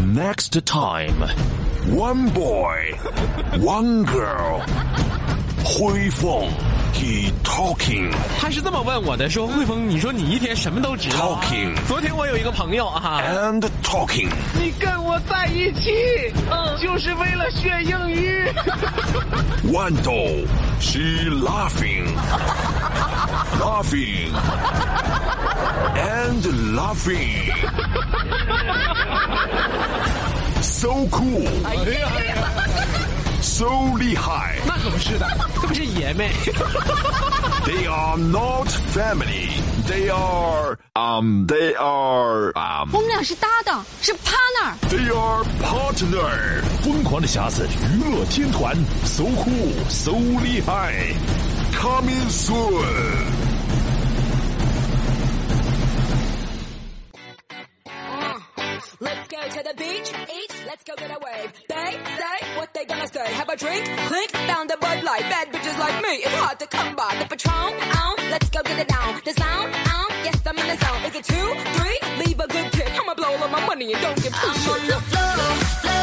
Next time, One boy, one girl. Hui Feng, he talking. 他是这么问我的，说汇丰，你说你一天什么都知道啊 Talking 昨天我有一个朋友啊， and talking. 你跟我在一起，嗯，就是为了学英语。 Wando, she laughing, laughing, and laughing. So cool, so 厉害.那可不是的，这 不是爷们。 They are not family. They are um. They are um. 我们俩是搭档，是 partner。 They are partner. 疯狂的匣子娱乐天团，so cool so 厉害。 Coming soon. Let's go to the beach, eat, let's go get a wave. They say what they gonna say. Have a drink, clink, found a Bud Light. Bad bitches like me, it's hard to come by. The Patron, on, let's go get it down. The sound, on, yes, I'm in the zone. Is it two, three? Leave a good tip. I'ma blow all of my money and don't give two shits.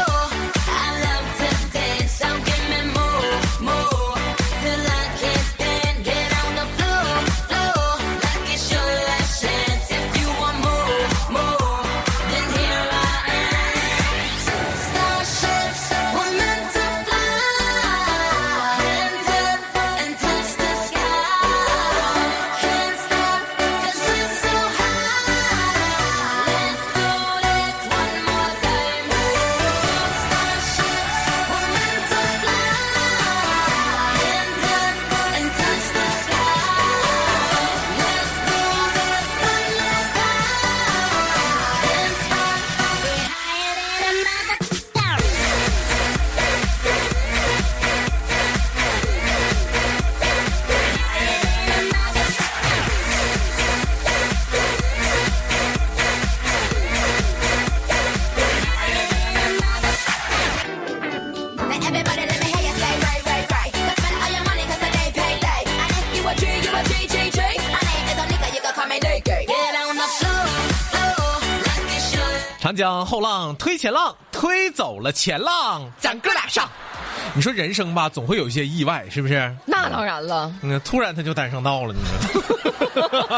Everybody let me hear you say right, right, right. Let's spend all your money cause today payday. I think you a G, you a G, G, G. My name is Onika, you can call me Nikki. Get on the floor, floor, like you should. 长江后浪推前浪，推走了前浪，咱哥俩上。你说人生吧，总会有一些意外，是不是？那当然了。嗯，突然他就单上道了，你 说？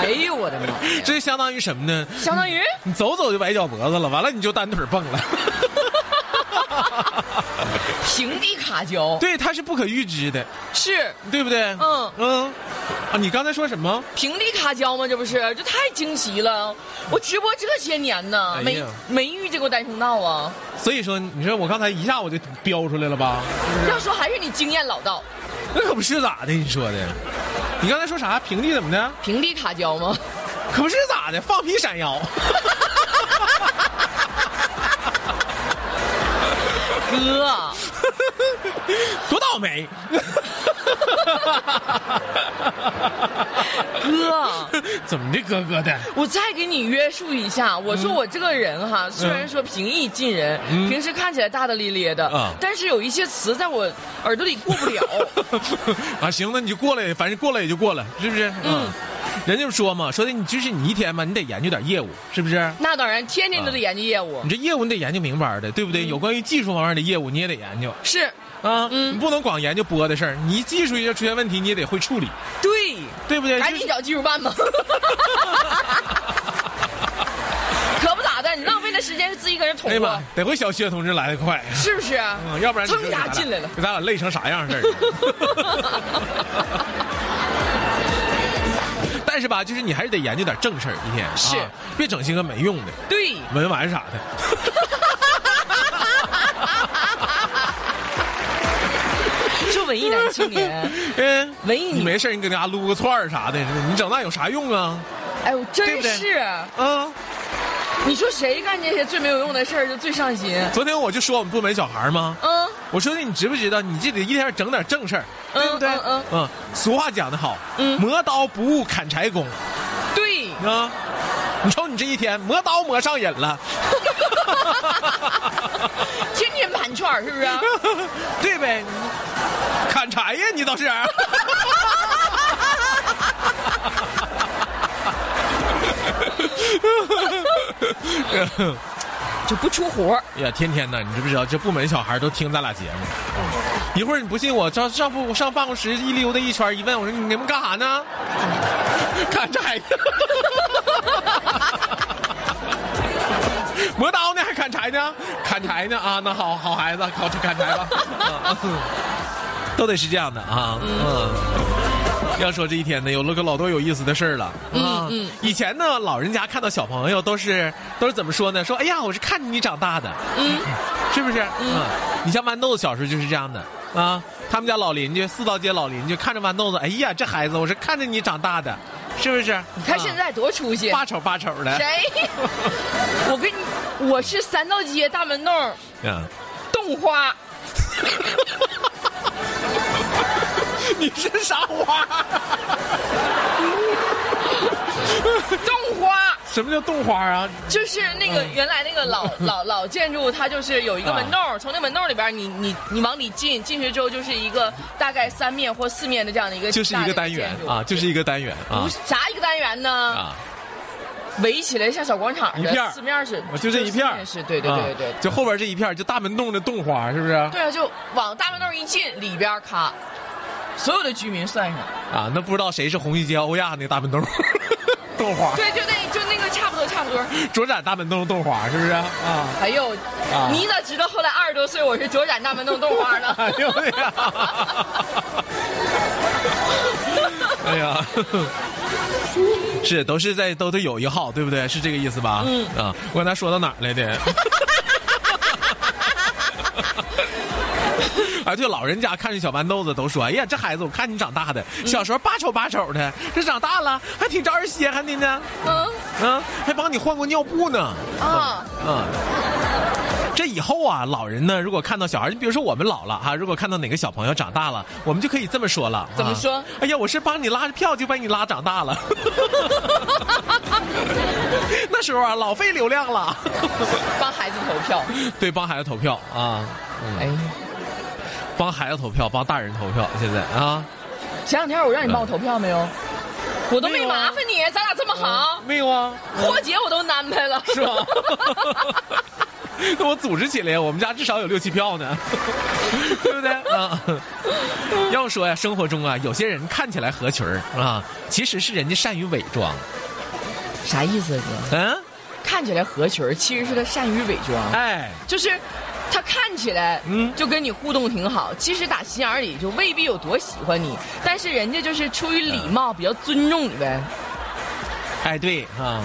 哎呦我的 妈呀！这相当于什么呢？相当于你走走就崴脚脖子了，完了你就单腿蹦了。 平地卡胶，对，它是不可预知的，是对不对？嗯嗯，啊，你刚才说什么？平地卡胶吗？这不是，这太惊奇了！我直播这些年呢，哎没呀没遇见过单声道啊。所以说，你说我刚才一下我就飙出来了吧？要说还是你经验老道，那可不是咋的，你说的。你刚才说啥？平地怎么的？平地卡胶吗？可不是咋的，放屁闪腰。哥，多倒霉！ 哥，怎么的，哥哥的？我再给你约束一下。我说我这个人哈，嗯虽然说平易近人，平时看起来大大咧咧的，啊但是有一些词在我耳朵里过 不了。啊，行，那你就过来，反正过来也就过来，是不是？嗯。人家就说嘛，说的你就是你一天嘛，你得研究点业务，是不是？那当然，天天都得研究业务你，这业务你得研究明白的，对不嗯对？有关于技术方面的业务你也得研究是啊，嗯你不能光研究播的事儿，你技术要出现问题你也得会处理，对，对不对？赶就紧是找技 术办吧。可不咋的，你浪费的时间是自己搁这捅哎呀咕妈，，得亏小薛同志来的快，是不是？啊嗯，要不然你噌说一下咱俩进来了。给咱俩累成啥样似 的。但是吧，就是你还是得研究点正事儿，一天啊是别整些个没用的对，文玩啥的。这文艺男青 年，嗯，文艺你没事儿你搁家撸个串儿啥的，你整那有啥用啊？哎呦，对真不对是，嗯啊，你说谁干这些最没有用的事儿就最上心？昨天我就说我们部门小孩儿吗？嗯，我说你知不知道，你这得一天整点正事儿，嗯对不对？嗯嗯俗话讲得好，嗯磨刀不误砍柴工对，啊！你瞅你这一天磨刀磨上瘾了， 天天盘串儿是 不是？对呗？砍柴呀，你倒是。就不出活儿哎呀，天天的，你知不知道？这部门小孩都听咱俩节目。一会儿你不信我，上上不上办公室一溜达一圈，一问我说你们干啥呢？ 看这孩子，磨刀呢还砍柴呢？ 砍柴呢啊？那好好孩子，考去砍 柴吧。啊嗯都得是这样的啊。嗯。要说这一天呢，有了个老多有意思的事儿了啊！以前呢，老人家看到小朋友都是都是怎么说呢？说哎呀，我是看你长大的，嗯， 是不是？嗯，你像豌豆子小时候就是这样的啊。他们家老邻居四道街老邻居看着豌豆子，哎呀，这孩子我是看着你长大的，是不是？你看现在多出息。啊八丑八丑的，谁？ 我跟你，我是三道街大门洞嗯，洞花， 你是啥花？洞花什么叫冻花啊？就是那嗯个原来那个 老老老建筑，它就是有一个门啊洞，从那门洞里边你你你往里进，进去之后就是一个大概三面或四面的这样的一个就是大一的个单元建筑啊，就是一个单元啊不是啥一个单元呢？啊，围起来像小广场似一片儿的，四面是，我就这一片四儿面是对对对对对啊。就后边这一片儿就大门洞的冻花，是不是？对啊，就往大门洞一进，里边咔，所有的居民算上。啊，那不知道谁是红细街欧亚那大门洞 豆 花，对，就那就那个差不多差不多。卓展大门洞豆花是不是啊？哎呦，你咋知道后来二十多岁我是左展大门洞豆花呢？啊 哎呦哎呀， 哎呀，是都是在都得有一号，对不对？是这个意思吧？嗯啊，我刚才说到哪儿来的？ 啊，对，老人家看着小豌豆子都说：“哎呀，这孩子，我看你长大的，小时候八丑八丑的，这长大了还挺招人稀罕的呢。”嗯啊，还帮你换过尿布呢。啊，啊，这以后啊，老人呢，如果看到小孩，你比如说我们老了哈、如果看到哪个小朋友长大了，我们就可以这么说 了。怎么啊说哎呀，我是帮你拉着票就把你拉长大了。 那时候啊，老费流量了。 帮孩子投票。对，帮孩子投票啊，哎，帮孩子投票，帮大人投票，现在啊，前两天我让你帮我投票没有？我都没没有啊麻烦你，咱俩这么好，没有啊，过节我都安排了。是 吧？那我组织起来，我们家至少有六七票呢，对不对啊？要说呀，生活中啊，有些人看起来合群儿啊，其实是人家善于伪装。 啥意思啊哥？嗯，看起来合群儿，其实是他善于伪装。哎，就是他看起来，嗯嗯，就跟你互动挺好，其实打心眼儿里就未必有多喜欢你，但是人家就是出于礼貌，比较尊重你呗。哎，对啊，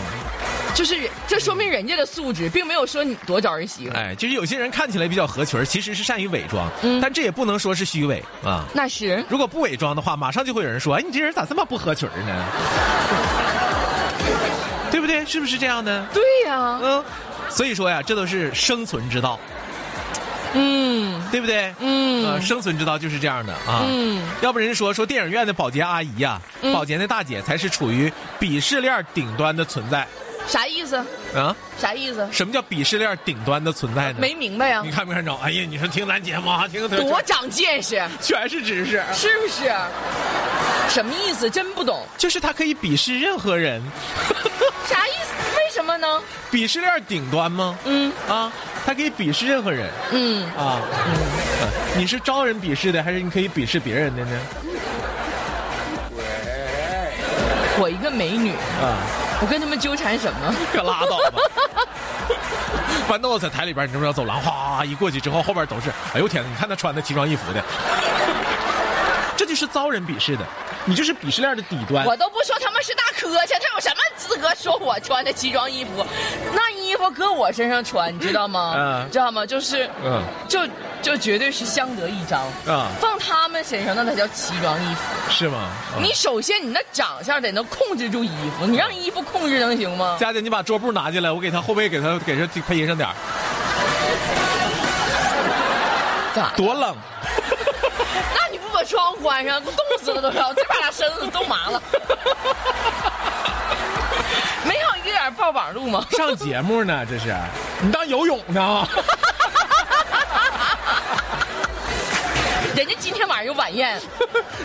就是这说明人家的素质，并没有说你多招人喜欢。哎，就是有些人看起来比较合群儿，其实是善于伪装，嗯但这也不能说是虚伪啊。那是如果不伪装的话，马上就会有人说：“哎，你这人咋这么不合群儿呢？” 对不对？是不是这样呢？对呀、嗯， 所以说呀，这都是生存之道，嗯对不对？嗯呃，生存之道就是这样的啊。嗯，要不人说说电影院的保洁阿姨呀、嗯保洁那大姐才是处于鄙视链顶端的存在啥意思？啊。啥意思？什么叫鄙视链顶端的存在呢？没明白呀、你看没看着？哎呀，你说听咱节目啊，听多长见识，全是知 识，是不是？什么意思？真不懂，就是她可以鄙视任何人，啥意思？为什么呢？鄙视链顶端吗？嗯啊，她可以鄙视任何人嗯，啊。嗯、你是招人鄙视的，还是你可以鄙视别人的 呢？我一个美女，啊。我跟他们纠缠什么？可拉倒吧。豌豆在台里边，你知不知道？走廊哗一过去之后，后边都是，哎呦天哪！你看他穿的奇装异服的，这就是遭人鄙视的，你就是鄙视链的底端。我都不说他们是大科去，他有什么资格说我穿的奇装异服？那衣服搁我身上穿，你知道吗？嗯知道吗？就是，嗯就就绝对是相得益彰。啊放他们身上那才叫奇装异服。是吗？啊你首先你那长相得能控制住衣服，你让衣服控制能行吗？佳姐，你把桌布拿进来，我给他后背给他给他配音上点儿咋？多冷！那你不把窗户关上，冻死了都要， 这把俩身子冻 麻了。没有一点爆榜路吗？上节目呢，这是你当游泳呢？ 人家今天晚上有晚宴，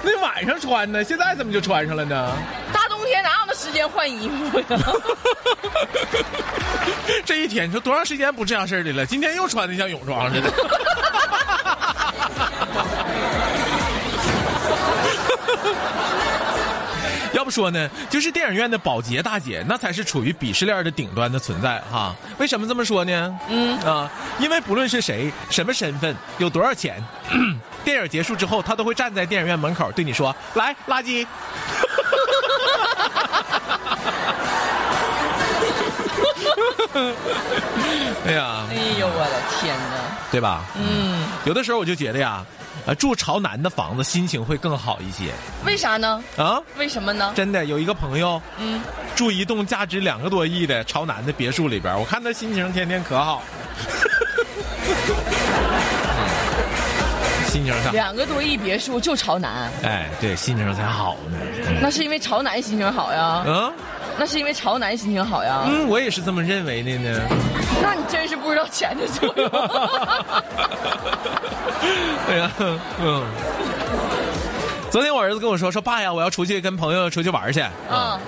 那晚上穿的，现在怎么就穿上了呢？大冬天哪有那时时间换衣服呀？ 这一天，你说多长时间不这样式儿的了？今天又穿的像泳装似的。 要不说呢，就是电影院的保洁大姐，那才是处于鄙视链的顶端的存在哈。为什么这么说呢？嗯啊，因为不论是谁、什么身份、有多少钱， 电影结束之后，她都会站在电影院门口对你说：“来，垃圾。” 哎呀，哎呦我的天哪！对吧？嗯，有的时候我就觉得呀，呃，住朝南的房子心情会更好一些为啥呢？啊。为什么呢？真的有一个朋友，嗯，住一栋价值两个多亿的朝南的别墅里边，我看他心情天天可好，嗯心情上，两个多亿别墅就朝南，哎，对，心情才好呢。那是因为朝南心情好呀，嗯那是因为朝南心情好呀。嗯，我也是这么认为的呢。那你真是不知道钱的作 用。对呀，嗯。昨天我儿子跟我说，说爸呀，我要出去跟朋友出去玩去。啊，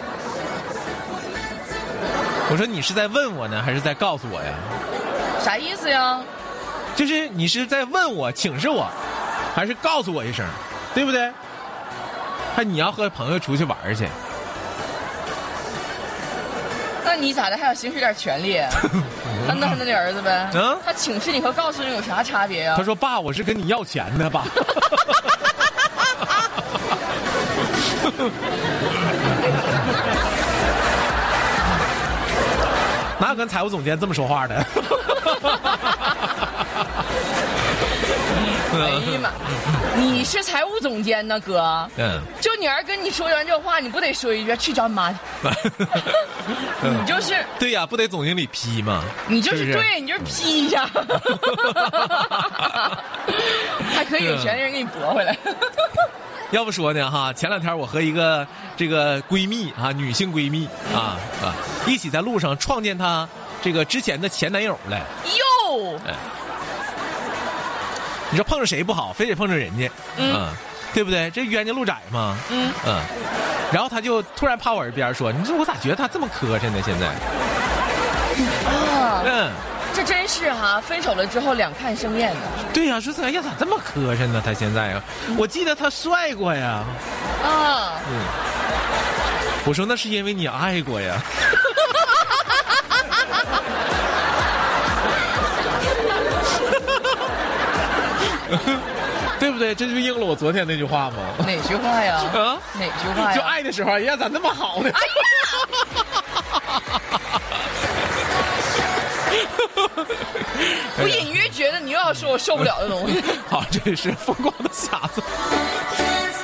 我说你是在问我呢，还是在告诉我呀？啥意思呀？就是你是在问我，请示我，还是告诉我一声，对不对？还你要和朋友出去玩儿去，那你咋的还想行使点权 利？那那那你儿子呗。嗯他请示你和告诉你有啥差别呀他？说：“爸，我是跟你要钱的，爸。”哪有跟财务总监这么说话的？ 哎呀妈，你是财务总监呢，哥。嗯， 就你儿跟你说完这话，你不得说一句去找你妈去？你就是对呀、不得总经理批吗？你就是是不是对，你就是批一 下，还可以有权利人给你驳回来。啊要不说呢哈，前两天我和一个这个闺蜜啊，女性闺蜜啊啊，一起在路上创建她这个之前的前男友了。哟，你说碰着谁不好，非得碰着人家，嗯、对不对？这冤家路窄嘛，嗯然后她就突然趴我耳边说：“你说我咋觉得他这么磕碜呢？现在，嗯，这真是哈、分手了之后两看生厌的对呀、说哎呀咋这么磕碜呢？他现在啊，我记得他帅过呀。”啊！我说那是因为你爱过呀。 对不对？这就应了我昨天那句话嘛，哪句话呀？啊哪句话呀？就爱的时候，哎呀，咋那么好呢？我隐约觉得你又要说我受不了的东西。好，这是疯狂的匣子。 Can't